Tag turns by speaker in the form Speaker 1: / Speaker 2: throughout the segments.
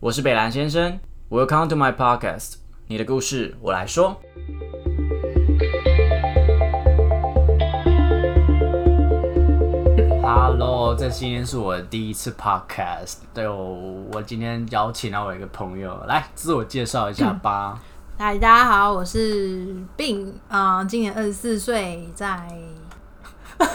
Speaker 1: 我是北兰先生，Welcome to my podcast，你的故事我来说。Hello，这今天是我第一次 podcast，对我我今天邀请到我一个朋友来自我介绍一下 吧。
Speaker 2: 嗨，大家好，我是病，啊、今年二十四岁，在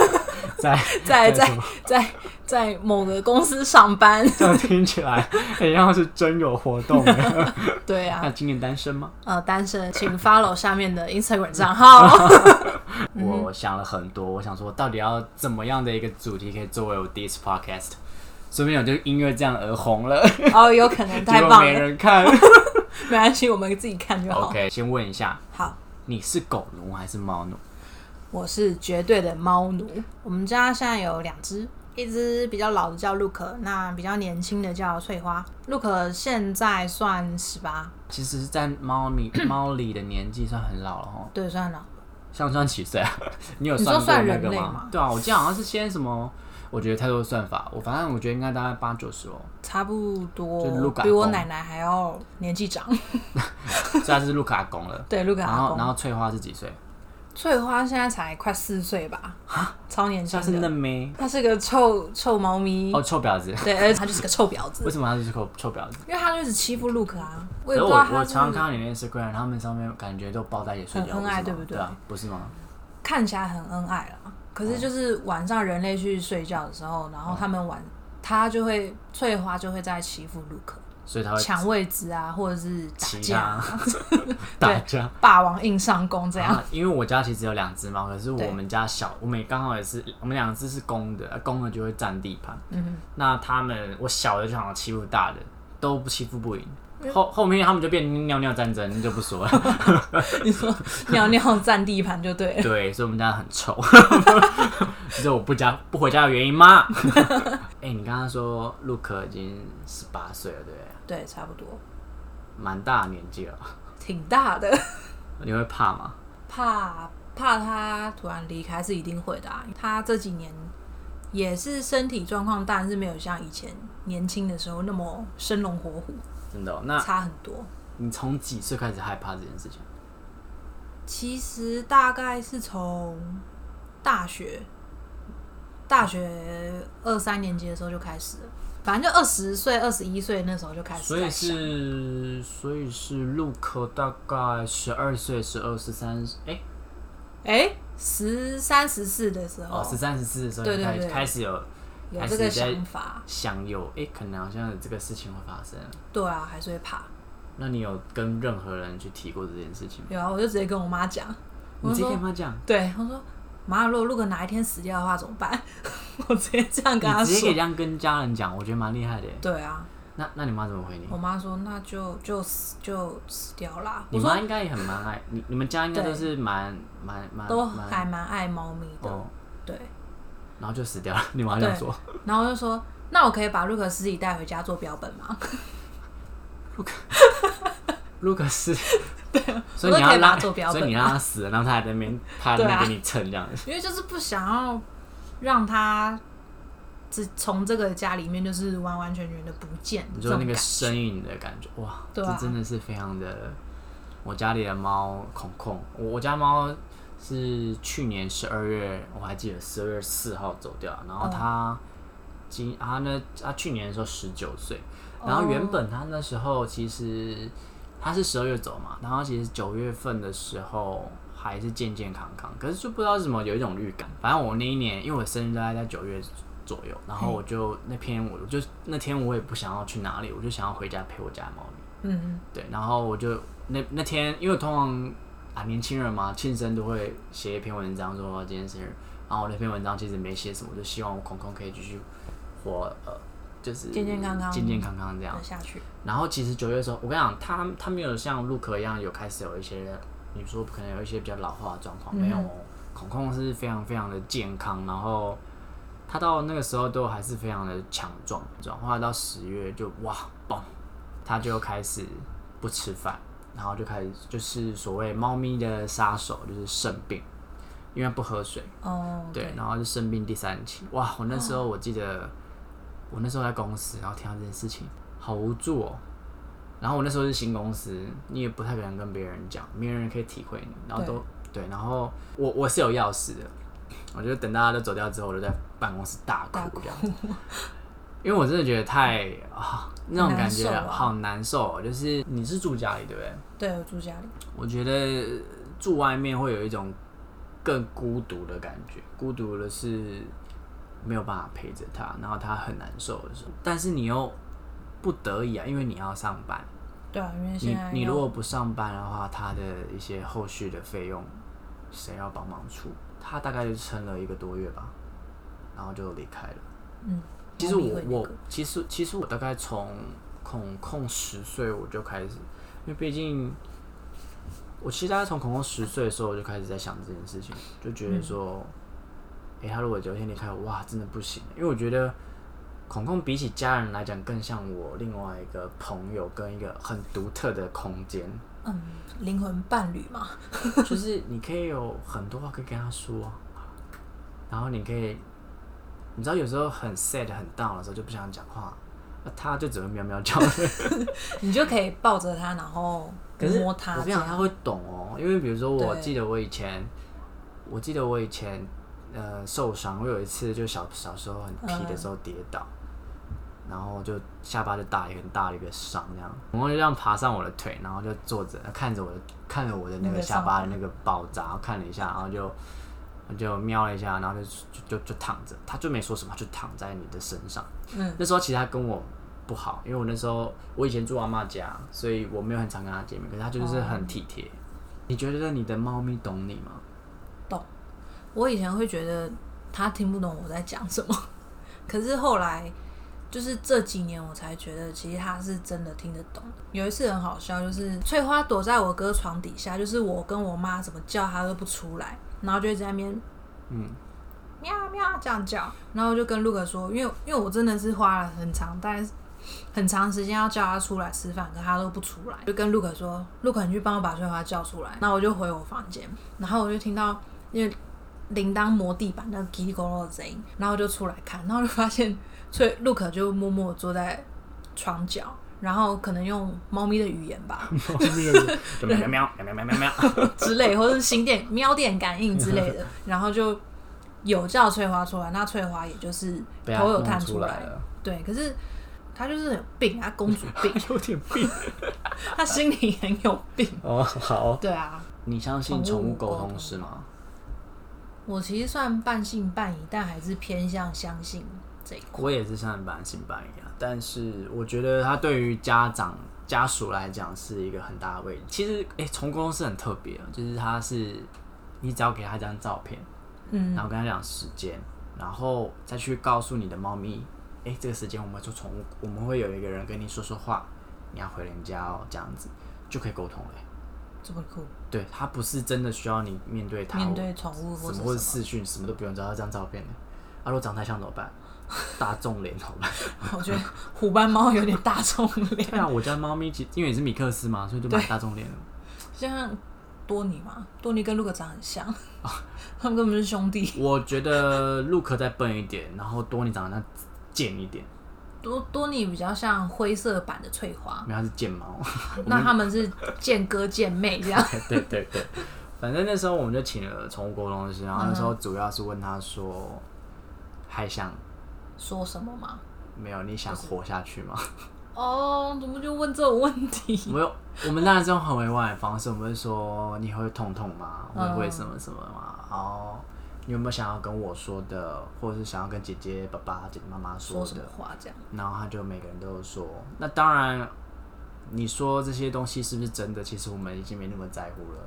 Speaker 1: 在
Speaker 2: 在
Speaker 1: 什
Speaker 2: 在
Speaker 1: 么
Speaker 2: 在在某个公司上班。
Speaker 1: 这样听起来很像是真有活 动耶。
Speaker 2: 对
Speaker 1: 那
Speaker 2: 啊，
Speaker 1: 今年单身吗？
Speaker 2: 呃，单身，请 follow 下面的 Instagram 账号。嗯
Speaker 1: 我想了很多，我想说到底要怎么样的一个主题可以作为我第一次 podcast，说不定我就因为这样而红了，
Speaker 2: 哦，有可能
Speaker 1: 结
Speaker 2: 太
Speaker 1: 果
Speaker 2: 棒
Speaker 1: 没
Speaker 2: 了，
Speaker 1: 人 看。
Speaker 2: 没关系，我们自己看就好。
Speaker 1: OK，先问一下，
Speaker 2: 好，
Speaker 1: 你是狗奴还是猫奴？
Speaker 2: 我是绝对的猫奴。我们家现在有两只，一只比较老的叫 Look，那比较年轻的叫翠花。Look 现在算十八，
Speaker 1: 其实，在猫 咪猫里的年纪算很老了哦，
Speaker 2: 对，算老。
Speaker 1: 像算几岁啊？ 你有
Speaker 2: 你说
Speaker 1: 算过
Speaker 2: 算
Speaker 1: 那
Speaker 2: 人
Speaker 1: 个
Speaker 2: 类
Speaker 1: 吗
Speaker 2: 吗？
Speaker 1: 对啊，我记得好像是先什么，我觉得太多算法，我反正我觉得应该大概八九十哦，
Speaker 2: 差不多
Speaker 1: 就啊哦鹿港
Speaker 2: 比我
Speaker 1: 公
Speaker 2: 奶奶还要年纪长。
Speaker 1: 现在是路卡公了。
Speaker 2: 对，鹿港
Speaker 1: 然
Speaker 2: 阿
Speaker 1: 后，然
Speaker 2: 公。
Speaker 1: 后翠花是几岁？
Speaker 2: 翠花现在才快四岁吧？超年轻
Speaker 1: 啊她是
Speaker 2: 的。
Speaker 1: 嫩妹
Speaker 2: 她是个臭臭猫咪，
Speaker 1: 哦，臭婊子。
Speaker 2: 对，而且她就是个臭婊子
Speaker 1: 为，什么她是臭臭婊子？
Speaker 2: 因为她就一直欺负 Look 啊。我
Speaker 1: 可
Speaker 2: 也
Speaker 1: 是
Speaker 2: 不
Speaker 1: 我
Speaker 2: 知道她
Speaker 1: 我
Speaker 2: 是
Speaker 1: 常常看到你的 Instagram，他们上面感觉都抱在一起睡觉，
Speaker 2: 很恩爱
Speaker 1: 是吗
Speaker 2: 对不对
Speaker 1: 啊，不是吗？
Speaker 2: 看起来很恩爱啦，可
Speaker 1: 哦
Speaker 2: 是就是晚上人类去睡觉的时候，然后他们晚她就会翠花就会在欺负 Look，
Speaker 1: 所以他会
Speaker 2: 抢位置啊，或者是打
Speaker 1: 骑
Speaker 2: 架
Speaker 1: 呃他
Speaker 2: 啊，
Speaker 1: 打架。
Speaker 2: 霸王硬上弓这样。
Speaker 1: 啊，因为我家其实有两只猫，可是
Speaker 2: 对
Speaker 1: 我们家小，我们也刚好也是，我们两只是公的，啊公的就会占地盘。
Speaker 2: 嗯，
Speaker 1: 那他们，我小的就想要欺负大的，都不欺负不赢。后后面他们就变尿尿战争，就不说 了。
Speaker 2: 你 说尿尿占地盘就对了。
Speaker 1: 对，所以我们家很臭， 这是我不家不回家的原因吗？ 哎、你刚刚说陆可已经十八岁了，对不对？
Speaker 2: 对，差不多，
Speaker 1: 蛮大的年纪了，
Speaker 2: 挺大的。
Speaker 1: 你会怕吗？
Speaker 2: 怕怕他突然离开是一定会的、啊。他这几年也是身体状况，当然是没有像以前年轻的时候那么生龙活虎，
Speaker 1: 真的哦、那
Speaker 2: 差很多。
Speaker 1: 你从几岁开始害怕这件事情？
Speaker 2: 其实大概是从大学大学二三年级的时候就开始了，反正就二十岁、二十一岁那时候就开
Speaker 1: 所
Speaker 2: 始
Speaker 1: 以
Speaker 2: 在想。
Speaker 1: 是，所以是陆可大概十二岁、十二、十三，哎，
Speaker 2: 哎，十三十四的时候、
Speaker 1: 哦，十三、十四的时候
Speaker 2: 对
Speaker 1: 就
Speaker 2: 对
Speaker 1: 开始
Speaker 2: 对
Speaker 1: 开始有
Speaker 2: 有
Speaker 1: 还
Speaker 2: 这
Speaker 1: 是
Speaker 2: 个
Speaker 1: 在
Speaker 2: 想法，
Speaker 1: 想有，哎，可能好像有这个事情会发生。
Speaker 2: 对啊，还是会怕。
Speaker 1: 那你有跟任何人去提过这件事情吗？
Speaker 2: 有啊，我就直接跟我妈讲，
Speaker 1: 你
Speaker 2: 我就
Speaker 1: 直接
Speaker 2: 说
Speaker 1: 跟他讲，
Speaker 2: 对，我说妈，如果如果哪一天死掉的话怎么办？ 我直接这样跟
Speaker 1: 你
Speaker 2: 他
Speaker 1: 直接可以
Speaker 2: 说
Speaker 1: 这。样跟家人讲，我觉得蛮厉害的耶。
Speaker 2: 对啊，
Speaker 1: 那那你妈怎么回你？
Speaker 2: 我妈说那就就死就死掉啦。
Speaker 1: 你
Speaker 2: 我说
Speaker 1: 妈应该也很蛮爱你，你们家应该都
Speaker 2: 对
Speaker 1: 是蛮蛮蛮
Speaker 2: 都
Speaker 1: 蛮
Speaker 2: 还蛮爱猫咪的，
Speaker 1: 哦，
Speaker 2: 对。
Speaker 1: 然后就死掉了。 你妈这样说，
Speaker 2: 然后我就说那我可以把陆可尸体带回家做标本吗？
Speaker 1: 卢克斯， 对， 所以
Speaker 2: 我都
Speaker 1: 你要
Speaker 2: 可以把
Speaker 1: 拉，
Speaker 2: 它做标
Speaker 1: 所以
Speaker 2: 本
Speaker 1: 你让他死了，然后他还在那边，他还在那边给你蹭这样子。
Speaker 2: 因为就是不想要让它只从这个家里面就是完完全全的不见
Speaker 1: 你
Speaker 2: 这
Speaker 1: 说那
Speaker 2: 种感
Speaker 1: 个
Speaker 2: 觉。
Speaker 1: 身影的感觉，哇，
Speaker 2: 对
Speaker 1: 这
Speaker 2: 啊
Speaker 1: 真的是非常的。我家里的猫孔孔，我我家猫是去年十二月，我还记得十二月四号走掉，然
Speaker 2: 嗯
Speaker 1: 后它今它呢，它去年的时候十九岁，然后
Speaker 2: 哦
Speaker 1: 原本它那时候其实它是十二月走嘛，然后其实九月份的时候还是健健康康，可是就不知道为什么有一种预感，反正我那一年因为我生日大概在九月左右，然后我就那天我就那天我也不想要去哪里，我就想要回家陪我家的猫咪。
Speaker 2: 嗯，
Speaker 1: 对，然后我就那那天，因为通常啊年轻人嘛，庆生都会写一篇文章说今天生日，然后我那篇文章其实没写什么，就希望我空空可以继续活，呃，就是
Speaker 2: 健健康康
Speaker 1: 健健康康这样
Speaker 2: 要。嗯下去，
Speaker 1: 然后其实九月的时候，我跟你讲，他他没有像陆可一样有开始有一些，你说可能有一些比较老化的状况，没有哦，孔孔是非常非常的健康，然后他到那个时候都还是非常的强壮，转化到十月就哇嘣，他就开始不吃饭，然后就开始就是所谓猫咪的杀手就是肾病，因为不喝水。
Speaker 2: 哦，
Speaker 1: 对，然后就生病第三期。哇，我那时候我记得，我那时候在公司，然后听到这件事情，好无助哦。然后我那时候是新公司，你也不太可能跟别人讲，没有人可以体会你。然后都对，然后我我是有钥匙的，我就等大家都走掉之后，我就在办公室大
Speaker 2: 大
Speaker 1: 哭
Speaker 2: 哭
Speaker 1: 这样，因为我真的觉得太啊那种感觉
Speaker 2: 难受啊
Speaker 1: 好难受、哦。就是你是住家里对不对？
Speaker 2: 对，我住家里，
Speaker 1: 我觉得住外面会有一种更孤独的感觉，孤独的是没有办法陪着他，然后他很难受的时候，但是你又不得已啊，因为你要上班，
Speaker 2: 对啊，因为现
Speaker 1: 你
Speaker 2: 在
Speaker 1: 你
Speaker 2: 要
Speaker 1: 如果不上班的话，他的一些后续的费用谁要帮忙出？他大概就撑了一个多月吧，然后就离开了。
Speaker 2: 嗯，
Speaker 1: 其实
Speaker 2: 猫咪
Speaker 1: 我
Speaker 2: 会那
Speaker 1: 我
Speaker 2: 个
Speaker 1: 其实其实我大概从恐控十岁我就开始，因为毕竟我其实大概从恐控十岁的时候我就开始在想这件事情，就觉得说，
Speaker 2: 嗯
Speaker 1: 诶，他如果有一天离开我，哇，真的不行，因为我觉得恐控比起家人来讲，更像我另外一个朋友跟一个很独特的空间，
Speaker 2: 嗯灵魂伴侣嘛，
Speaker 1: 就是你可以有很多话可以跟他说啊，然后你可以，你知道有时候很 sad 很 down 的时候就不想讲话，那他就只会喵喵叫。
Speaker 2: 你就可以抱着它，然后
Speaker 1: 可是
Speaker 2: 摸它
Speaker 1: 我
Speaker 2: 这
Speaker 1: 跟你讲，
Speaker 2: 样，
Speaker 1: 他会懂哦，因为比如说，我
Speaker 2: 对
Speaker 1: 记得我以前，我记得我以前呃受伤，我有一次就小小时候很皮的时候跌倒，然后就下巴就打了一个很大的一个伤，这样，然后就这样爬上我的腿，然后就坐着看着我的看着我的那
Speaker 2: 你
Speaker 1: 个
Speaker 2: 的
Speaker 1: 下
Speaker 2: 伤
Speaker 1: 巴的那个包扎，然后看了一下，然后就。我就瞄了一下，然后就就就就躺着，他就没说什么，就躺在你的身上。
Speaker 2: 嗯
Speaker 1: 那时候其实他跟我不好，因为我那时候我以前住阿嬷家，所以我没有很常跟他见面，可是他就是很体贴。你觉得你的猫咪懂你吗？
Speaker 2: 我以前会觉得他听不懂我在讲什么， 可是后来就是这几年我才觉得，其实他是真的听得懂的。有一次很好笑，就是翠花躲在我哥床底下，就是我跟我妈怎么叫他都不出来，然后就一直在那边
Speaker 1: 嗯，
Speaker 2: 喵喵这样叫，然后我就跟陆可说，因为因为我真的是花了很长，但是很长时间要叫他出来吃饭，可他都不出来，就跟陆可说，陆可你去帮我把翠花叫出来，那我就回我房间，然后我就听到因为铃铛磨地板那个叽里咕噜的声音，然后我就出来看，然后就发现翠陆可就默默地坐在床角，然后可能用猫咪的语言 吧，
Speaker 1: 猫咪的就喵喵喵喵喵喵喵。
Speaker 2: 之类，或者是心电喵电感应之类的，然后就有叫翠花出来，那翠花也就是
Speaker 1: 被他
Speaker 2: 头有探
Speaker 1: 弄出
Speaker 2: 来，
Speaker 1: 来了，
Speaker 2: 对，可是她就是有 病，她公主病，
Speaker 1: 有点 病
Speaker 2: 她心里很有病，
Speaker 1: 哦。好，
Speaker 2: 对啊，
Speaker 1: 你相信宠
Speaker 2: 宠
Speaker 1: 物
Speaker 2: 物
Speaker 1: 沟
Speaker 2: 沟
Speaker 1: 通
Speaker 2: 通
Speaker 1: 是吗？
Speaker 2: 我其实算半信半疑，但还是偏向相信这一块，
Speaker 1: 我也是像半信半疑啊，但是我觉得它对于家长家属来讲是一个很大的慰藉。其实，哎、宠物沟通是很特别的，就是它是你只要给它一张照片。
Speaker 2: 嗯
Speaker 1: 然后跟他讲时间，然后再去告诉你的猫咪，哎，这个时间我们做宠物，我们会有一个人跟你说说话，你要回人家哦，这样子就可以沟通了。
Speaker 2: 这么酷，
Speaker 1: 对，它不是真的需要你面对它，
Speaker 2: 面对宠物
Speaker 1: 什
Speaker 2: 或
Speaker 1: 么
Speaker 2: 者
Speaker 1: 或者
Speaker 2: 什
Speaker 1: 视讯什么都不用，只要一张照片的。啊，如果长太像怎么办？ 大众脸怎么办？
Speaker 2: 么，我觉得虎斑猫有点大众脸，
Speaker 1: 对啊，我家猫咪其因为也是米克斯嘛，所以就蛮大众脸了。
Speaker 2: 像多尼嘛，多尼跟陆可长很像， 他们根本就是兄弟。
Speaker 1: 我觉得陆克再笨一点，然后多尼长得像贱一点，
Speaker 2: 多多尼比较像灰色版的翠花，
Speaker 1: 没有它是贱猫。
Speaker 2: 那他们是贱哥贱妹这样。
Speaker 1: 对对对，反正那时候我们就请了宠物沟通师，然后那
Speaker 2: 嗯
Speaker 1: 时候主要是问他说，还想
Speaker 2: 说什么嘛？
Speaker 1: 没有你想活下去 吗？
Speaker 2: 哦，怎么就问这种问题？
Speaker 1: 我有，我们当然是用很委婉的方式，我们会说你会痛痛吗？会
Speaker 2: 嗯
Speaker 1: 会什么什么吗？然后你有没有想要跟我说的，或者是想要跟姐姐、爸爸、姐姐妈妈说
Speaker 2: 说什
Speaker 1: 的
Speaker 2: 么？话这样？
Speaker 1: 然后他就每个人都有说，那当然，你说这些东西是不是真的，其实我们已经没那么在乎了，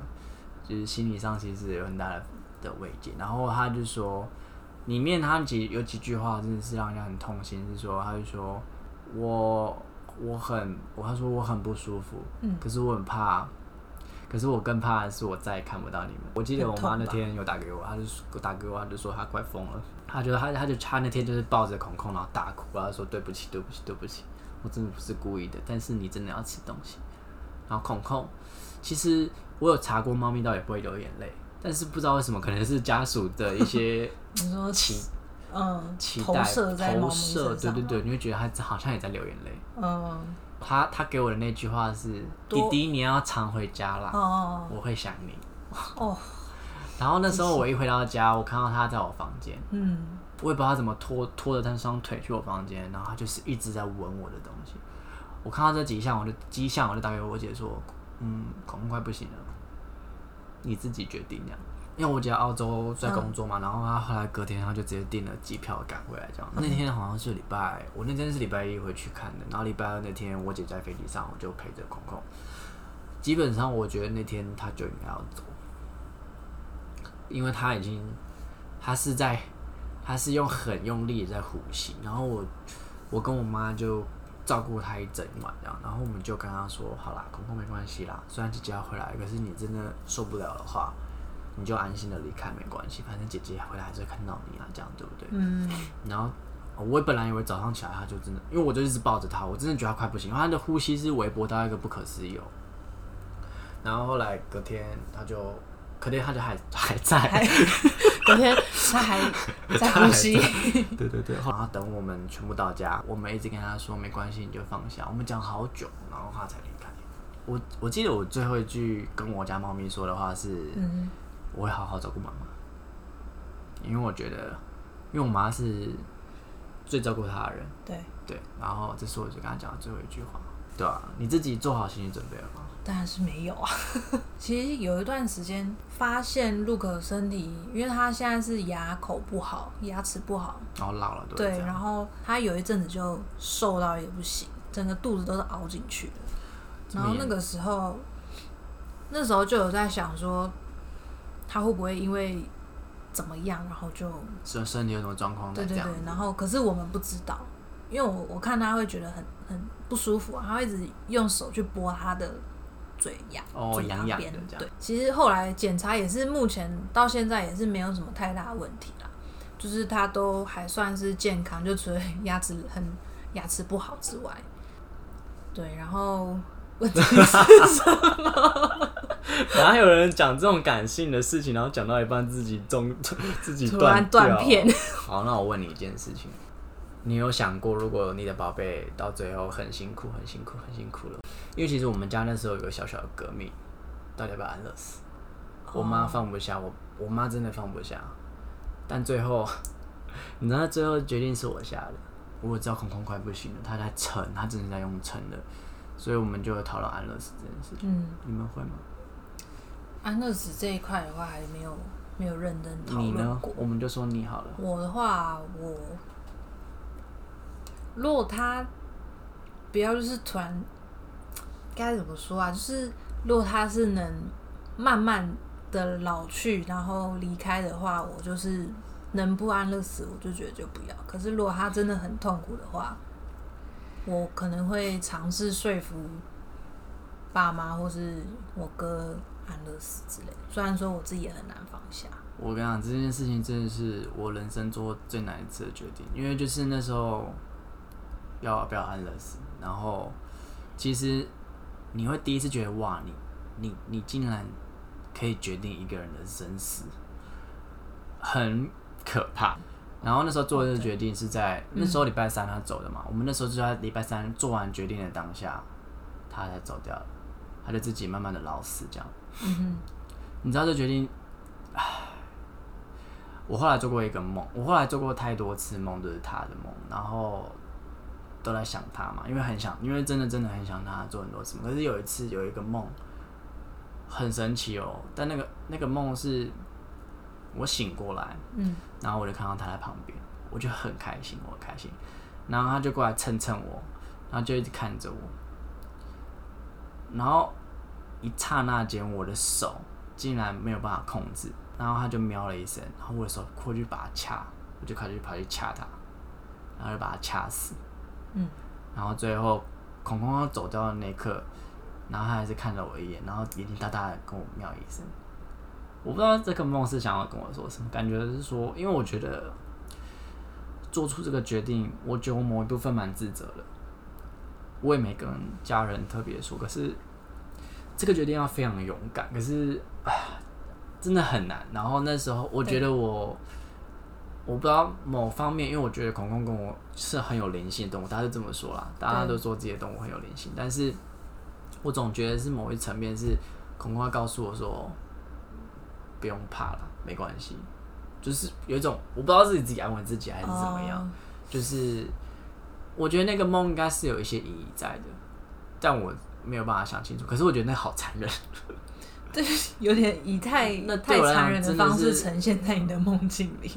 Speaker 1: 就是心理上其实有很大的的慰藉。然后他就说，里面他几有几句话真的是让人家很痛心，是说他就说我我很我他说我很不舒服，
Speaker 2: 嗯
Speaker 1: 可是我很怕。可是我更怕的是我再也看不到你们。我记得我
Speaker 2: 很痛
Speaker 1: 妈
Speaker 2: 吧
Speaker 1: 那天有打给我，她就说打给我，她就说她快疯了，她觉得她她就她那天就是抱着孔孔然后大哭，然后说对不起对不起对不起，我真的不是故意的，但是你真的要吃东西。然后孔孔，其实我有查过猫咪到底不会流眼泪，但是不知道为什么，可能是家属的一 些
Speaker 2: 你说
Speaker 1: 期
Speaker 2: 嗯，
Speaker 1: 期
Speaker 2: 投
Speaker 1: 待
Speaker 2: 射在猫
Speaker 1: 投
Speaker 2: 咪
Speaker 1: 射，
Speaker 2: 身
Speaker 1: 对
Speaker 2: 上，
Speaker 1: 对对，你会觉得它好像也在流眼泪。
Speaker 2: 嗯，
Speaker 1: 他他给我的那句话是：“弟
Speaker 2: 多
Speaker 1: 弟，你要常回家啦，
Speaker 2: 哦
Speaker 1: 我会想你。
Speaker 2: 哦哦，”
Speaker 1: 然后那时候我一回到家，我看到他在我房间，
Speaker 2: 嗯，
Speaker 1: 我也不知道他怎么拖拖着他双腿去我房间，然后他就是一直在闻我的东西。我看到这几项，我就迹象，我就打给我姐说：“嗯，恐怖快不行了，你自己决定这样。”因为我姐在澳洲在工作嘛，然后她后来隔天她就直接订了机票赶回来，这样。那天好像是礼拜，我那天是礼拜一回去看的，然后礼拜二那天我姐在飞机上，我就陪着空空。基本上我觉得那天她就应该要走，因为她已经，她是在，她是用很用力地在呼吸，然后我，我跟我妈就照顾她一整晚这样，然后我们就跟她说，好啦，空空没关系啦，虽然姐姐要回来，可是你真的受不了的话。你就安心的离开没关系，反正姐姐回来还是会看到你啊，这样对不对？
Speaker 2: 嗯，
Speaker 1: 然后呃我本来以为早上起来她就真的，因为我就一直抱着她，我真的觉得她快不行，因为她的呼吸是微波到一个不可思议哦。然后后来隔天她就，隔天她就还还在，
Speaker 2: 隔天他还在呼吸，
Speaker 1: 对对对，然后等我们全部到家，我们一直跟他说没关系，你就放下。我们讲好久，然后他才离开。我我记得我最后一句跟我家猫咪说的话是，
Speaker 2: 嗯
Speaker 1: 我会好好照顾妈妈，因为我觉得，因为我妈是最照顾她的人，
Speaker 2: 对，
Speaker 1: 对。然后这是我就跟她讲的最后一句话，对啊，你自己做好心理准备了吗？
Speaker 2: 当然是没有啊。 其实有一段时间发现陆可身体，因为他现在是牙口不好，牙齿不好，
Speaker 1: 然后老了都是
Speaker 2: 对
Speaker 1: 这，样
Speaker 2: 然后他有一阵子就瘦到也不行，整个肚子都是凹进去的。
Speaker 1: 这
Speaker 2: 然
Speaker 1: 么
Speaker 2: 后
Speaker 1: 严
Speaker 2: 那个时候，那时候就有在想说，他会不会因为怎么样，然后就
Speaker 1: 身身体有什么状况
Speaker 2: 对
Speaker 1: 再这
Speaker 2: 对
Speaker 1: 样
Speaker 2: 对，然后可是我们不知道，因为我我看他会觉得很很不舒服、啊，他会一直用手去拨他的嘴牙，
Speaker 1: 哦
Speaker 2: 嘴巴
Speaker 1: 痒痒的
Speaker 2: 边
Speaker 1: 这样
Speaker 2: 对，其实后来检查也是，目前到现在也是没有什么太大的问题啦，就是他都还算是健康，就除了 牙齿很牙齿不好之外，对，然后问题是
Speaker 1: 哪有人讲这种感性的事情，然后讲到一半自己中 自己
Speaker 2: 突然
Speaker 1: 掉啊
Speaker 2: 断片。
Speaker 1: 好，那我问你一件事情，你有想过，如果你的宝贝到最后很辛苦、很辛苦、很辛苦了？因为其实我们家那时候有个小小的革命，到底要不要安乐死？我
Speaker 2: 哦
Speaker 1: 妈放不下我，我妈真的放不下，但最后， 你知道最后决定是我下的。我知道空空快不行了，她在撑，她真的在用撑的，所以我们就讨论安乐死这件事。
Speaker 2: 嗯，啊
Speaker 1: 你们会吗？
Speaker 2: 安乐死这一块的话还没有没有认真讨
Speaker 1: 你
Speaker 2: 论
Speaker 1: 呢
Speaker 2: 过。？
Speaker 1: 我们就说你好了。
Speaker 2: 我的话，我如果他不要就是突然该怎么说啊？就是如果他是能慢慢的老去，然后离开的话，我就是能不安乐死，我就觉得就不要。可是如果他真的很痛苦的话，我可能会尝试说服爸妈或是我哥安乐死之类的。虽然说我自己也很难放下。
Speaker 1: 我跟你讲，这件事情真的是我人生做最难一次的决定，因为就是那时候要不要安乐死，然后其实你会第一次觉得哇，你你你竟然可以决定一个人的生死，很可怕。然后那时候做的决定是
Speaker 2: 哦
Speaker 1: 在那时候
Speaker 2: 嗯
Speaker 1: 礼拜三他走的嘛，我们那时候就在礼拜三做完决定的当下，他才走掉了，他就自己慢慢的老死这样。
Speaker 2: 嗯哼。
Speaker 1: 你知道这决定，唉，我后来做过一个梦，我后来做过太多次梦都是他的梦，然后都在想他嘛，因为很想，因为真的真的很想他，做很多次梦。可是有一次有一个梦，很神奇哦，但那个那个梦是我醒过来，
Speaker 2: 嗯
Speaker 1: 然后我就看到他在旁边，我就很开心，我很开心。然后他就过来蹭蹭我，然后就一直看着我。然后一刹那间，我的手竟然没有办法控制，然后他就喵了一声，然后我的手过去把他掐，我就跑去跑去掐他，然后就把他掐死。
Speaker 2: 嗯，
Speaker 1: 然后最后孔孔要走掉的那一刻，然后他还是看了我一眼，然后眼睛大大的跟我喵一声。我不知道这个梦是想要跟我说什么，感觉是说，因为我觉得做出这个决定，我觉得我某一部分蛮自责的，我也没跟家人特别说，可是这个决定要非常勇敢，可是啊，真的很难。然后那时候我觉得我我不知道某方面，因为我觉得孔孔跟我是很有灵性的动物，他是这么说啦，大家都说这些动物很有灵性，但是我总觉得是某一层面是孔孔会告诉我说，不用怕了，没关系，就是有一种我不知道是自己安慰自己还是怎么样，
Speaker 2: 哦
Speaker 1: 就是我觉得那个梦应该是有一些意义在的，但我没有办法想清楚，可是我觉得那好残忍，
Speaker 2: 有点以太
Speaker 1: 那对
Speaker 2: 太
Speaker 1: 我来讲
Speaker 2: 残忍的
Speaker 1: 真的
Speaker 2: 方式
Speaker 1: 是
Speaker 2: 呈现在你的梦境里。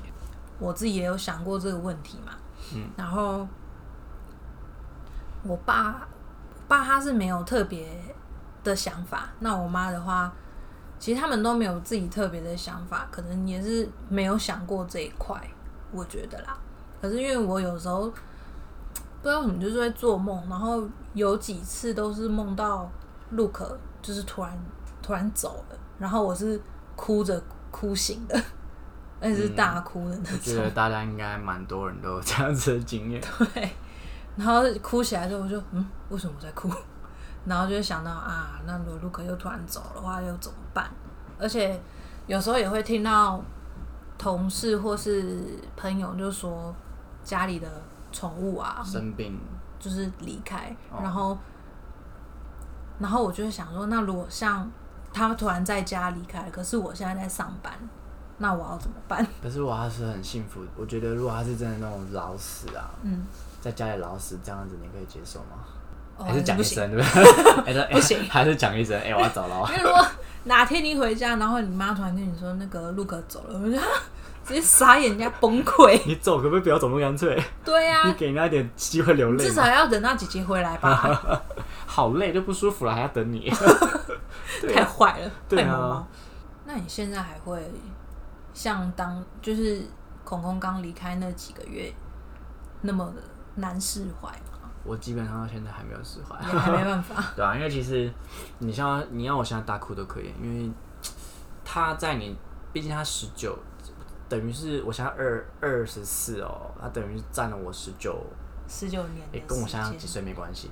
Speaker 2: 我自己也有想过这个问题嘛，
Speaker 1: 嗯，
Speaker 2: 然后我爸爸他是没有特别的想法，那我妈的话，其实他们都没有自己特别的想法，可能也是没有想过这一块，我觉得啦。可是因为我有时候不知道为什么就是会做梦，然后有几次都是梦到 Look 就是突然突然走了，然后我是哭着哭醒的，而且是大哭的那
Speaker 1: 我
Speaker 2: 种。
Speaker 1: 觉得大家应该蛮多人都有这样子的经验，
Speaker 2: 对， 然后哭起来之后，我就嗯，为什么我在哭？ 然后就会想到啊，那如果陆克又突然走的话，又怎么办？而且有时候也会听到同事或是朋友就说家里的宠物啊，
Speaker 1: 生病，
Speaker 2: 就是离开，
Speaker 1: 哦
Speaker 2: 然后，然后我就会想说，那如果像他突然在家离开，可是我现在在上班，那我要怎么办？
Speaker 1: 可是我还是很幸福。我觉得如果他是真的那种老死啊，
Speaker 2: 嗯，
Speaker 1: 在家里老死这样子，你可以接受吗？
Speaker 2: 哦
Speaker 1: 还是讲
Speaker 2: 不
Speaker 1: 一
Speaker 2: 行。
Speaker 1: 声对不对？ 还是
Speaker 2: 不行
Speaker 1: 还是讲一声？哎，我要走了 哦。
Speaker 2: 因为如果哪天你回家，然后你妈突然跟你说那个陆哥走了，我就啊直接傻眼，人家崩溃。
Speaker 1: 你走可不可以不要走那么干脆？
Speaker 2: 对呀、
Speaker 1: 你
Speaker 2: 啊，
Speaker 1: 给人家一点机会流泪
Speaker 2: 至
Speaker 1: 嘛，
Speaker 2: 少要等到姐姐回来吧，
Speaker 1: 好累就不舒服了，还要等 你。 对
Speaker 2: 太坏了，
Speaker 1: 对啊
Speaker 2: 坏毛毛。那你现在还会像当就是孔孔刚离开那几个月那么的难释怀吗？
Speaker 1: 我基本上现在还没有释怀。
Speaker 2: 也 还没办法。
Speaker 1: 对啊，因为其实你像你要我现在大哭都可以，因为他在你，毕竟他十九，等于是我现在二二十四哦，他等于是占了我十九，
Speaker 2: 十九年
Speaker 1: 哎
Speaker 2: 的，
Speaker 1: 跟我
Speaker 2: 时
Speaker 1: 现在
Speaker 2: 间
Speaker 1: 几岁没关系。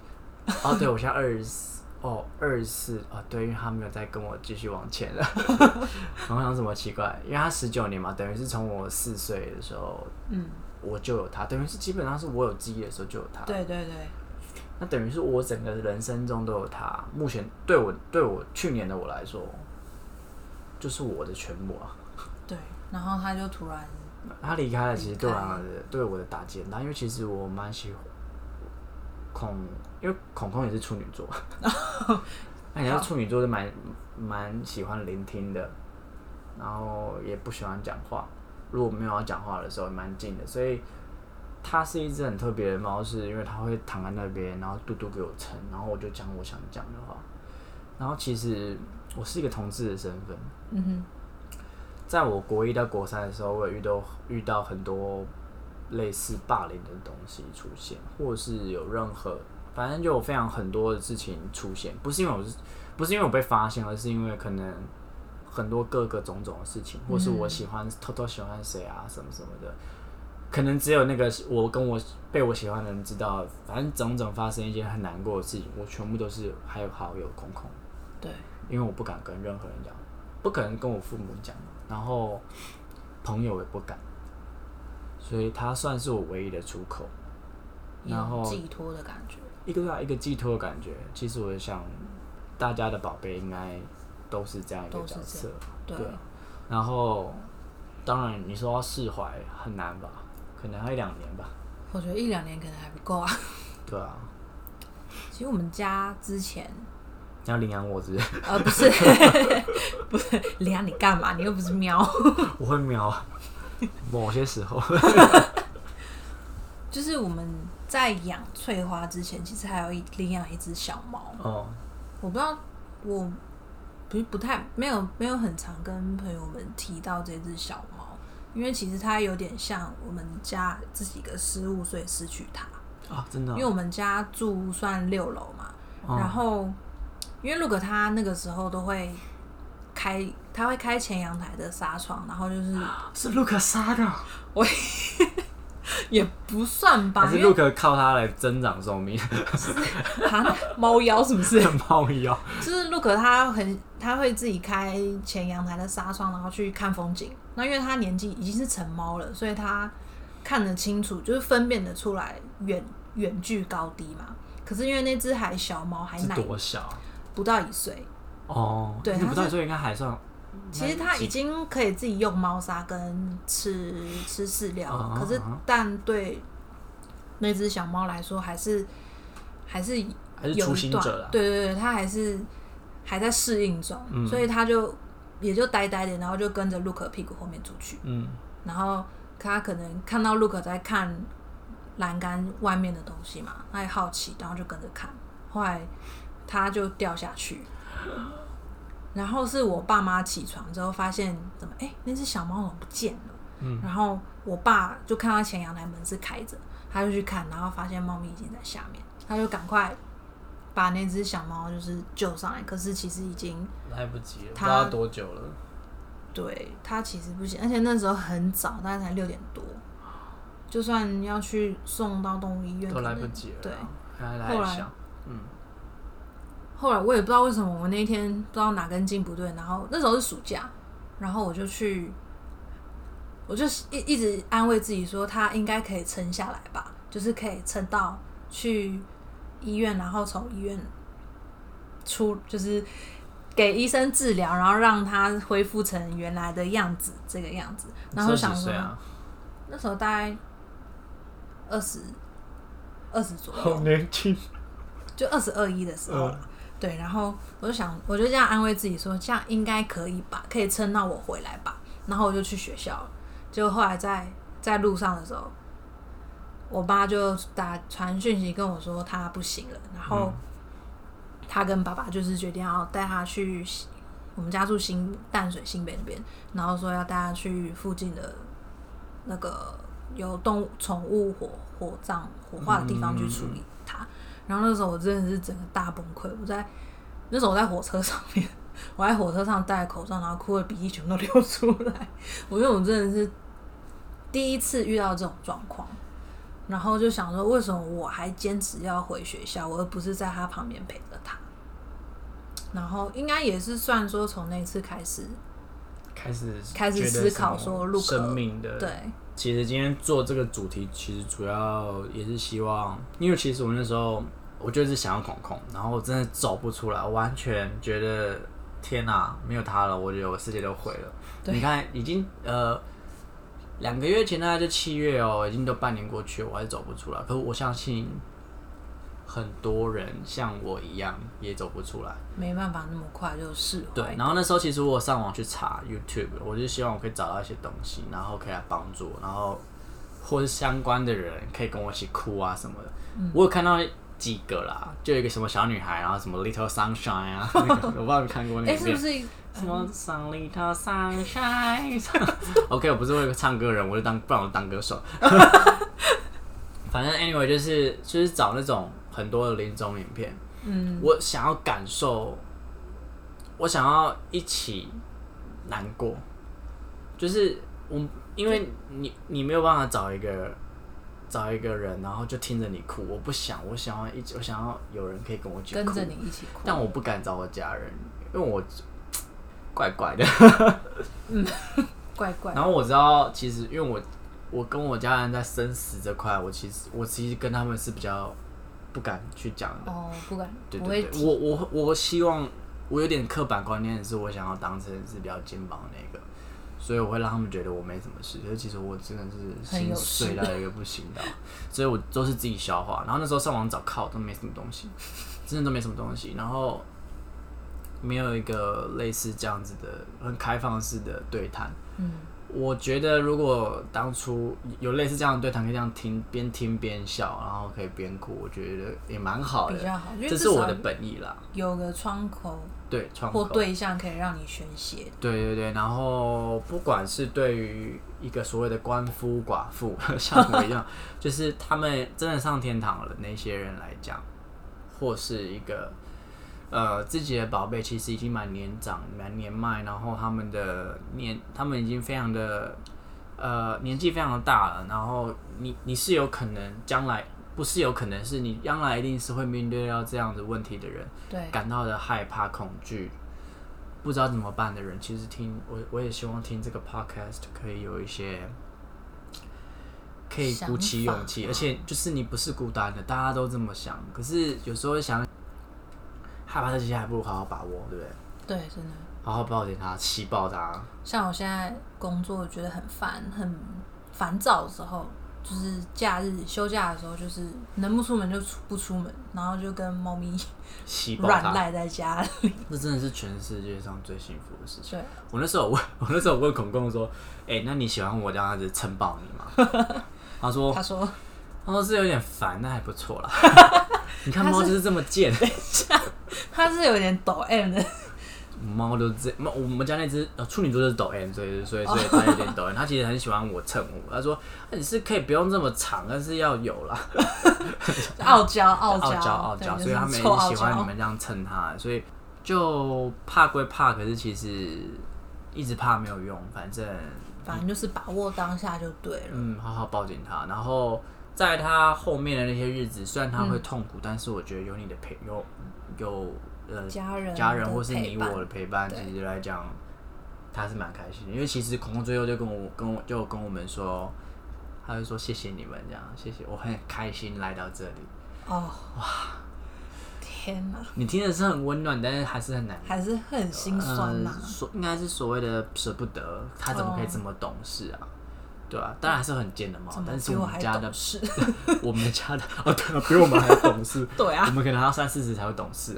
Speaker 1: 哦，对，我现在二十四，哦，二十四，哦，对，因为他没有再跟我继续往前了。 然后想什么奇怪，因为他十九年嘛，等于是从我四岁的时候
Speaker 2: 嗯，
Speaker 1: 我就有他，等于是基本上是我有记忆的时候就有他。
Speaker 2: 对对对，
Speaker 1: 那等于是我整个人生中都有他。目前对我对我去年的我来说，就是我的全部啊。
Speaker 2: 对。然后他就突然，
Speaker 1: 他离开了，其实对我
Speaker 2: 离开
Speaker 1: 来对我的打击很大，因为其实我蛮喜欢孔，因为孔孔也是处女 座，那你要处女座就蛮蛮喜欢聆听的，然后也不喜欢讲话。如果没有要讲话的时候，蛮静的，所以它是一只很特别的猫，是因为它会躺在那边，然后嘟嘟给我撑，然后我就讲我想讲的话。然后其实我是一个同志的身份，
Speaker 2: 嗯哼，
Speaker 1: 在我国一到国三的时候，我也遇到遇到很多类似霸凌的东西出现，或是有任何，反正就有非常很多的事情出现，不是因为我是，不是因为我被发现，而是因为可能很多各个种种的事情，或是我喜欢、偷偷喜欢谁啊，什么什么的，可能只有那个我跟我被我喜欢的人知道，反正种种发生一些很难过的事情，我全部都是还有好友空空。
Speaker 2: 对，
Speaker 1: 因为我不敢跟任何人讲，不可能跟我父母讲，然后朋友也不敢，所以他算是我唯一的出口，然后
Speaker 2: 有寄托的感觉。
Speaker 1: 一个啊一个寄托的感觉。其实我想，大家的宝贝应该都是这样一个角
Speaker 2: 都是
Speaker 1: 色，
Speaker 2: 对
Speaker 1: 对啊然后当然你说要释怀很难吧，可能要一两年吧，
Speaker 2: 我觉得一两年可能还不 够啊。
Speaker 1: 对啊。
Speaker 2: 其实我们家之前，
Speaker 1: 你要领养我是不是？
Speaker 2: 呃，不是， 不是，俩你干嘛？你又不是喵。
Speaker 1: 我会瞄，某些时候。
Speaker 2: 就是我们在养翠花之前，其实还有一领养一只小猫。
Speaker 1: 哦，
Speaker 2: 我不知道，我不是不太没有没有很常跟朋友们提到这只小猫，因为其实它有点像我们家自己的失误，所以失去它。
Speaker 1: 啊，真的哦、
Speaker 2: 因为我们家住算六楼嘛，
Speaker 1: 哦
Speaker 2: 然后因为陆可他那个时候都会开，他会开前阳台的纱窗，然后 就是
Speaker 1: 是卢克杀的哦。
Speaker 2: 也不算吧
Speaker 1: 还，是
Speaker 2: 因为
Speaker 1: Luke 靠它来增长寿命，
Speaker 2: 他猫妖是不是？
Speaker 1: 猫一样。
Speaker 2: 就是陆可可他很他会自己开前阳台的纱窗，然后去看风景。那因为他年纪已经是成猫了，所以他看得清楚，就是分辨得出来远远距高低嘛。可是因为那只还小猫，还
Speaker 1: 是
Speaker 2: 奶
Speaker 1: 多小？
Speaker 2: 不到一岁，
Speaker 1: 哦，
Speaker 2: 对
Speaker 1: 你
Speaker 2: 它
Speaker 1: 不到
Speaker 2: 是
Speaker 1: 一岁应该还算。
Speaker 2: 其实它已经可以自己用猫砂跟吃吃饲料了，
Speaker 1: 嗯
Speaker 2: 可是
Speaker 1: 嗯
Speaker 2: 但对那只小猫来说，还是还是
Speaker 1: 还是
Speaker 2: 有
Speaker 1: 初
Speaker 2: 一
Speaker 1: 心
Speaker 2: 段，
Speaker 1: 者啦。啊
Speaker 2: 对对对，它还是还在适应中，
Speaker 1: 嗯
Speaker 2: 所以它就也就呆呆的，然后就跟着 Look 屁股后面出去，
Speaker 1: 嗯，
Speaker 2: 然后它可能看到 Look 在看栏杆外面的东西嘛，它也好奇，然后就跟着看，后来它就掉下去。然后是我爸妈起床之后发现，怎么哎那只小猫怎么不见了？
Speaker 1: 嗯
Speaker 2: 然后我爸就看到前阳台门是开着，他就去看，然后发现猫咪已经在下面，他就赶快把那只小猫就是救上来。可是其实已经
Speaker 1: 来不及了，不知
Speaker 2: 它
Speaker 1: 道多久了。
Speaker 2: 对它其实不行，而且那时候很早，大概才六点多，就算要去送到动物医院
Speaker 1: 都来
Speaker 2: 可能
Speaker 1: 不及了啊，
Speaker 2: 对，
Speaker 1: 还来
Speaker 2: 后
Speaker 1: 得
Speaker 2: 来
Speaker 1: 想，嗯，
Speaker 2: 后来我也不知道为什么，我那一天不知道哪根筋不对，然后那时候是暑假，然后我就去，我就一一直安慰自己说，他应该可以撑下来吧，就是可以撑到去医院，然后从医院出，就是给医生治疗，然后让他恢复成原来的样子，这个样子。然后
Speaker 1: 你
Speaker 2: 就
Speaker 1: 说
Speaker 2: 想
Speaker 1: 几
Speaker 2: 说，
Speaker 1: 岁啊？
Speaker 2: 那时候大概二十二十左右，
Speaker 1: 年轻，
Speaker 2: 就二十二一的时候了。对，然后我就想，我就这样安慰自己说，这样应该可以吧，可以撑到我回来吧。然后我就去学校了。结果后来在在路上的时候，我爸就打传讯息跟我说他不行了，然后
Speaker 1: 嗯
Speaker 2: 他跟爸爸就是决定要带他去西我们家住新淡水新北那边，然后说要带他去附近的那个有动物宠物火火葬火化的地方去处理
Speaker 1: 嗯
Speaker 2: 它。然后那时候我真的是整个大崩溃，我在那时候我在火车上面， 我在火车上戴口罩，然后哭的鼻涕全都流出来。 我因为我真的是第一次遇到这种状况，然后就想说，为什么我还坚持要回学校，我而不是在他旁边陪着他？然后应该也是算说从那次开始，
Speaker 1: 开始
Speaker 2: 开始
Speaker 1: 觉得
Speaker 2: 思
Speaker 1: 什
Speaker 2: 考
Speaker 1: 么
Speaker 2: 说陆可
Speaker 1: 生命的
Speaker 2: 对，
Speaker 1: 其实今天做这个主题，其实主要也是希望，因为其实我那时候我就是想要孔孔，然后我真的走不出来，我完全觉得天哪、没有他了，我觉得我世界都毁了。
Speaker 2: 对
Speaker 1: 你看，已经呃两个月前大概就七月哦，已经都半年过去了，我还是走不出来。可是我相信很多人像我一样也走不出来。
Speaker 2: 没办法那么快就释怀。
Speaker 1: 对，然后那时候其实我上网去查 YouTube，我就希望我可以找到一些东西，然后可以来帮助我，然后或是相关的人可以跟我一起哭啊什么的。我有看到几个啦，就有一个什么小女孩，然后什 么 Little Sunshine 啊，那个我不知道你看过那
Speaker 2: 哎，
Speaker 1: 个
Speaker 2: 是不
Speaker 1: 片。
Speaker 2: 是
Speaker 1: 什么 Some Little Sunshine？OK，我不是会唱歌人，我就当不然我当歌 手。反正 anyway 就是就是找那种很多的临终影片，
Speaker 2: 嗯
Speaker 1: 我想要感受，我想要一起难过，就是我，因为你你没有办法找一个找一个人，然后就听着你哭，我不想，我想要一直，我想要有人可以跟我一起
Speaker 2: 跟
Speaker 1: 哭，
Speaker 2: 着你一起哭？
Speaker 1: 但我不敢找我家人，因为我怪怪的。
Speaker 2: 怪怪
Speaker 1: 然后我知道，其实因为我我跟我家人在生死这块，我其实我其实跟他们是比较不敢去讲的。
Speaker 2: 哦，不敢，
Speaker 1: 对
Speaker 2: 不会
Speaker 1: 对对，
Speaker 2: 提
Speaker 1: 我我我希望我有点刻板观念，是我想要当成是比较肩膀的那个，所以我会让他们觉得我没什么事，可是其实我真的是
Speaker 2: 很有
Speaker 1: 心碎
Speaker 2: 事
Speaker 1: 到一个不行 的，所以我都是自己消化。然后那时候上网找靠都没什么东西，真的都没什么东西，然后没有一个类似这样子的很开放式的对谈。
Speaker 2: 嗯，
Speaker 1: 我觉得如果当初有类似这样的对谈，可以这样听，边听边笑，然后可以边哭，我觉得也蛮好的
Speaker 2: 比。较好，因为
Speaker 1: 这
Speaker 2: 至
Speaker 1: 是我
Speaker 2: 少
Speaker 1: 的本意啦，
Speaker 2: 有个窗口
Speaker 1: 对，窗
Speaker 2: 或
Speaker 1: 口，
Speaker 2: 对象可以让你宣泄。
Speaker 1: 对对对，然后不管是对于一个所谓的官夫寡妇， 像我一 样，就是他们真的上天堂了那些人来讲，或是一个呃自己的宝贝，其实已经蛮年长、蛮年迈，然后他们的年，他们已经非常的呃年纪非常的大了，然后你你是有可能将来不是有可能是你将来一定是会面对到这样的问题的人，
Speaker 2: 对，
Speaker 1: 感到的害怕、恐惧，不知道怎么办的人，其实听我我也希望听这个 podcast 可以有一些，可以鼓起
Speaker 2: 想法
Speaker 1: 勇气，
Speaker 2: 吗
Speaker 1: 而且就是你不是孤单的，大家都这么想。可是有时候想害怕这些，还不如好好把握，对不对？
Speaker 2: 对，真的。
Speaker 1: 好好抱紧它，吸爆它。
Speaker 2: 像我现在工作觉得很烦、很烦躁的时候，就是假日休假的时候，就是能不出门就出不出门，然后就跟猫咪
Speaker 1: 吸爆
Speaker 2: 软
Speaker 1: 它，
Speaker 2: 赖在家 里。
Speaker 1: 那真的是全世界上最幸福的事情。
Speaker 2: 对，
Speaker 1: 我那时候有问，我那时候有问孔公说：“哎、那你喜欢我这样子撑爆你吗？” 他说：“
Speaker 2: 他说
Speaker 1: 他说是有点烦，那还不错 啦。你看猫就是这么贱，
Speaker 2: 他是有点抖 M 的，
Speaker 1: 猫都是这猫。我们家那只呃处女座就是抖 M，所以所以所以它有点抖 M。它其实很喜欢我蹭我，它说、啊你是可以不用这么长，但是要有啦，
Speaker 2: 傲娇、傲
Speaker 1: 傲
Speaker 2: 娇、
Speaker 1: 娇傲娇，
Speaker 2: 对
Speaker 1: 所以
Speaker 2: 就
Speaker 1: 它
Speaker 2: 是
Speaker 1: 们也
Speaker 2: 臭傲
Speaker 1: 喜欢你
Speaker 2: 娇。
Speaker 1: 们这样蹭它，所以就怕归怕，可是其实一直怕没有用，反正
Speaker 2: 反正就是把握当下就对了。
Speaker 1: 嗯好好抱紧它，然后。在它后面的那些日子，虽然它
Speaker 2: 嗯
Speaker 1: 会痛苦，但是我觉得有你的陪，有有呃
Speaker 2: 家人、
Speaker 1: 家人或是你我的陪伴，
Speaker 2: 对
Speaker 1: 其实来讲，他是蛮开心的。因为其实孔孔最后就跟我跟我就跟我们说，他就说谢谢你们这样，谢谢，我很开心来到这里。
Speaker 2: 哦，哇，天哪，
Speaker 1: 你听的是很温暖，但是还是很难。
Speaker 2: 还是很心酸呐、
Speaker 1: 呃，所应该是所谓的舍不得，他怎么可以这么懂事啊？对啊，当然还是很贱的猫
Speaker 2: 怎，么
Speaker 1: 但
Speaker 2: 比
Speaker 1: 是我
Speaker 2: 还
Speaker 1: 们家的
Speaker 2: 懂，事？
Speaker 1: 我们家的哦，对啊，比我们还懂 事。
Speaker 2: 对啊
Speaker 1: 我，们可能还要三四十才会懂事。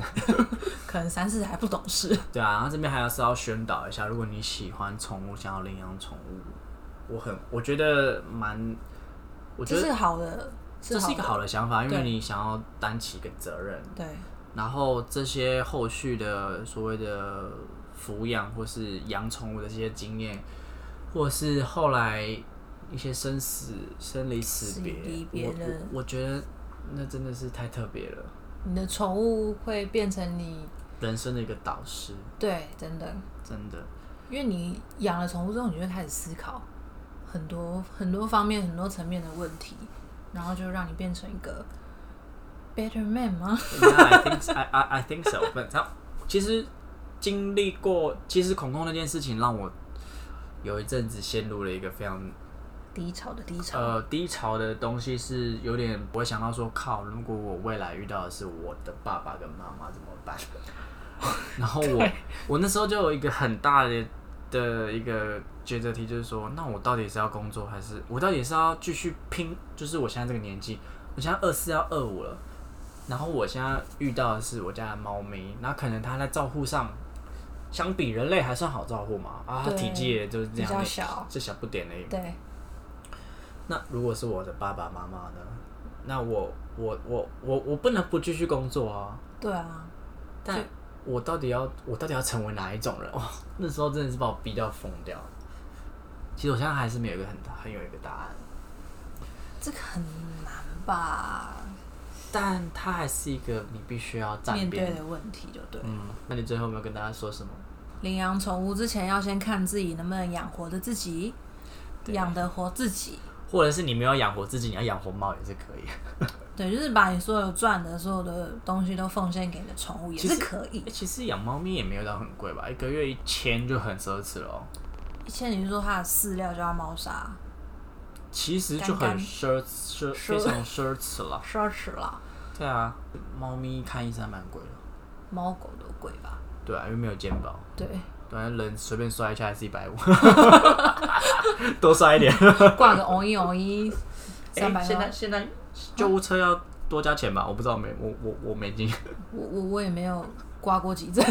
Speaker 2: 可能三四还不懂事。
Speaker 1: 对啊，然后这边还要是要宣导一下，如果你喜欢宠物，想要领养宠物，我很我觉得蛮， 我觉
Speaker 2: 这
Speaker 1: 得
Speaker 2: 是好的，
Speaker 1: 这是一个
Speaker 2: 好
Speaker 1: 好的想法，因为
Speaker 2: 对
Speaker 1: 你想要担起一个责任，
Speaker 2: 的对
Speaker 1: 然后这些后续的所谓的抚养或是养宠物的这些经验，或是后来一些生死生离死
Speaker 2: 死
Speaker 1: 别，
Speaker 2: 离别
Speaker 1: 我
Speaker 2: 的
Speaker 1: 我我觉得那真的是太特别了，
Speaker 2: 你的宠物会变成你
Speaker 1: 人生的一个导师，
Speaker 2: 对真的，
Speaker 1: 真的。
Speaker 2: 因为你养了宠物之后，你就会开始思考很多很多方面、很多层面的问题，然后就让你变成一个 better man 吗？
Speaker 1: Yeah, I think so- I I I think so 不。他其实经历过，其实孔孔那件事情让我有一阵子陷入了一个非常
Speaker 2: 低潮的低潮，
Speaker 1: 呃低潮的东西，是有点我会想到说，靠，如果我未来遇到的是我的爸爸跟妈妈怎么办？ 然后我我那时候就有一个很大的的一个抉择题，就是说，那我到底是要工作，还是我到底是要继续拼？就是我现在这个年纪，我现在二四要二五了，然后我现在遇到的是我家的猫咪，那可能它在照护上，相比人类还算好照护嘛，啊，它
Speaker 2: 对
Speaker 1: 体积也就是这
Speaker 2: 比
Speaker 1: 样
Speaker 2: 较
Speaker 1: 而已，
Speaker 2: 小
Speaker 1: 这小不点而已。
Speaker 2: 对，
Speaker 1: 那如果是我的爸爸妈妈呢？那我我我我我不能不继续工作啊！
Speaker 2: 对啊，
Speaker 1: 但我到底要我到底要成为哪一种人？哇、那时候真的是把我逼到疯掉。其实我现在还是没有一个很大很有一个答案，
Speaker 2: 这个很难吧？
Speaker 1: 但它还是一个你必须要站
Speaker 2: 面对
Speaker 1: 边。
Speaker 2: 的问题就对。
Speaker 1: 嗯，那你最后有没有跟大家说什么？
Speaker 2: 领养宠物之前，要先看自己能不能养活的自己，
Speaker 1: 对
Speaker 2: 养得活自己。
Speaker 1: 或者是你没有养活自己，你要养活猫也是可以。
Speaker 2: 对，就是把你所有赚的所有的东西都奉献给你的宠物也
Speaker 1: 其
Speaker 2: 是
Speaker 1: 实
Speaker 2: 可以
Speaker 1: 欸。其实养猫咪也没有到很贵吧，一个月一千就很奢侈了、哦。
Speaker 2: 一千，你是说它的饲料就要猫砂，
Speaker 1: 其实就很
Speaker 2: 干干
Speaker 1: 奢奢非
Speaker 2: 奢
Speaker 1: 常奢侈了。
Speaker 2: 奢侈啦，
Speaker 1: 对啊，猫咪看医生还蛮贵的。
Speaker 2: 猫狗都贵吧？
Speaker 1: 对啊，因为没有健保，
Speaker 2: 对，
Speaker 1: 对啊，人随便摔一下还是一 百五，多摔一点。
Speaker 2: 挂个红衣红衣，三百
Speaker 1: 诶哎现在
Speaker 2: 块。
Speaker 1: 现在 救护车要多加钱吧？我不知道没我我我没经。
Speaker 2: 我我我也没有挂 过急诊，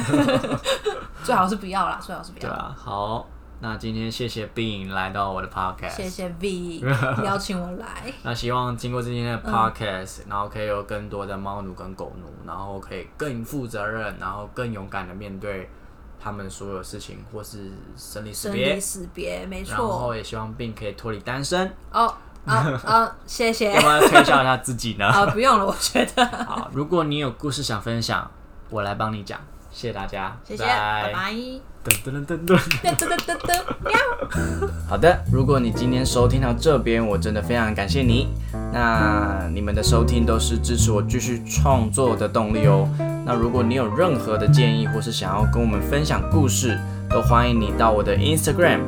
Speaker 2: 最好是不要啦，最好是不
Speaker 1: 对
Speaker 2: 要。
Speaker 1: 啊，好，那今天谢谢冰莹来到我的 podcast。
Speaker 2: 谢谢 V 邀请我来，
Speaker 1: 那希望经过今天
Speaker 2: 嗯
Speaker 1: 的 podcast，、然后可以有更多的猫奴跟狗奴，然后可以更负责任，然后更勇敢的面对他们所有事情，或是生离死
Speaker 2: 生
Speaker 1: 别
Speaker 2: 离。死别，没
Speaker 1: 然
Speaker 2: 错。
Speaker 1: 后也希望病可以脱离单身，
Speaker 2: 哦哦哦，谢谢
Speaker 1: 要。不要推销一下自己呢？
Speaker 2: 啊，不用了，我觉得。
Speaker 1: 好，如果你有故事想分享，我来帮你讲。谢谢大家，
Speaker 2: 谢谢，拜
Speaker 1: 拜。
Speaker 2: 拜，
Speaker 1: 噔噔噔噔噔。
Speaker 2: 噔噔噔噔噔。
Speaker 1: 好的，如果你今天收听到这边，我真的非常感谢你。那你们的收听都是支持我继续创作的动力哦。那如果你有任何的建议，或是想要跟我们分享故事，都欢迎你到我的 Instagram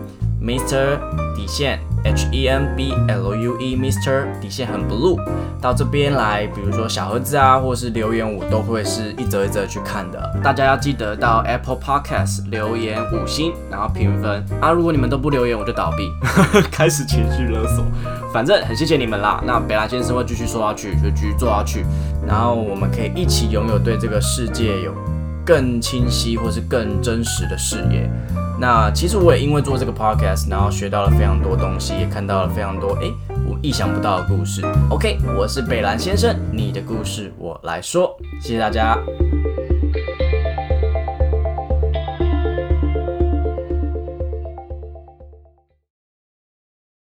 Speaker 1: Mr 底线 H E N B L U E Mr 底线很 blue 到这边来，比如说小盒子啊，或是留言，我都会是一则一则去看的。大家要记得到 Apple Podcast 留言五星，然后评分啊。如果你们都不留言，我就倒闭， 开始情绪勒索。反正很谢谢你们啦。那北拉先生会继续说下去，就继续做下去，然后我们可以一起拥有对这个世界有更清晰或是更真实的视野。那其实我也因为做这个 podcast，然后学到了非常多东西，也看到了非常多诶我意想不到的故事。OK，我是北兰先生，你的故事我来说，谢谢大家。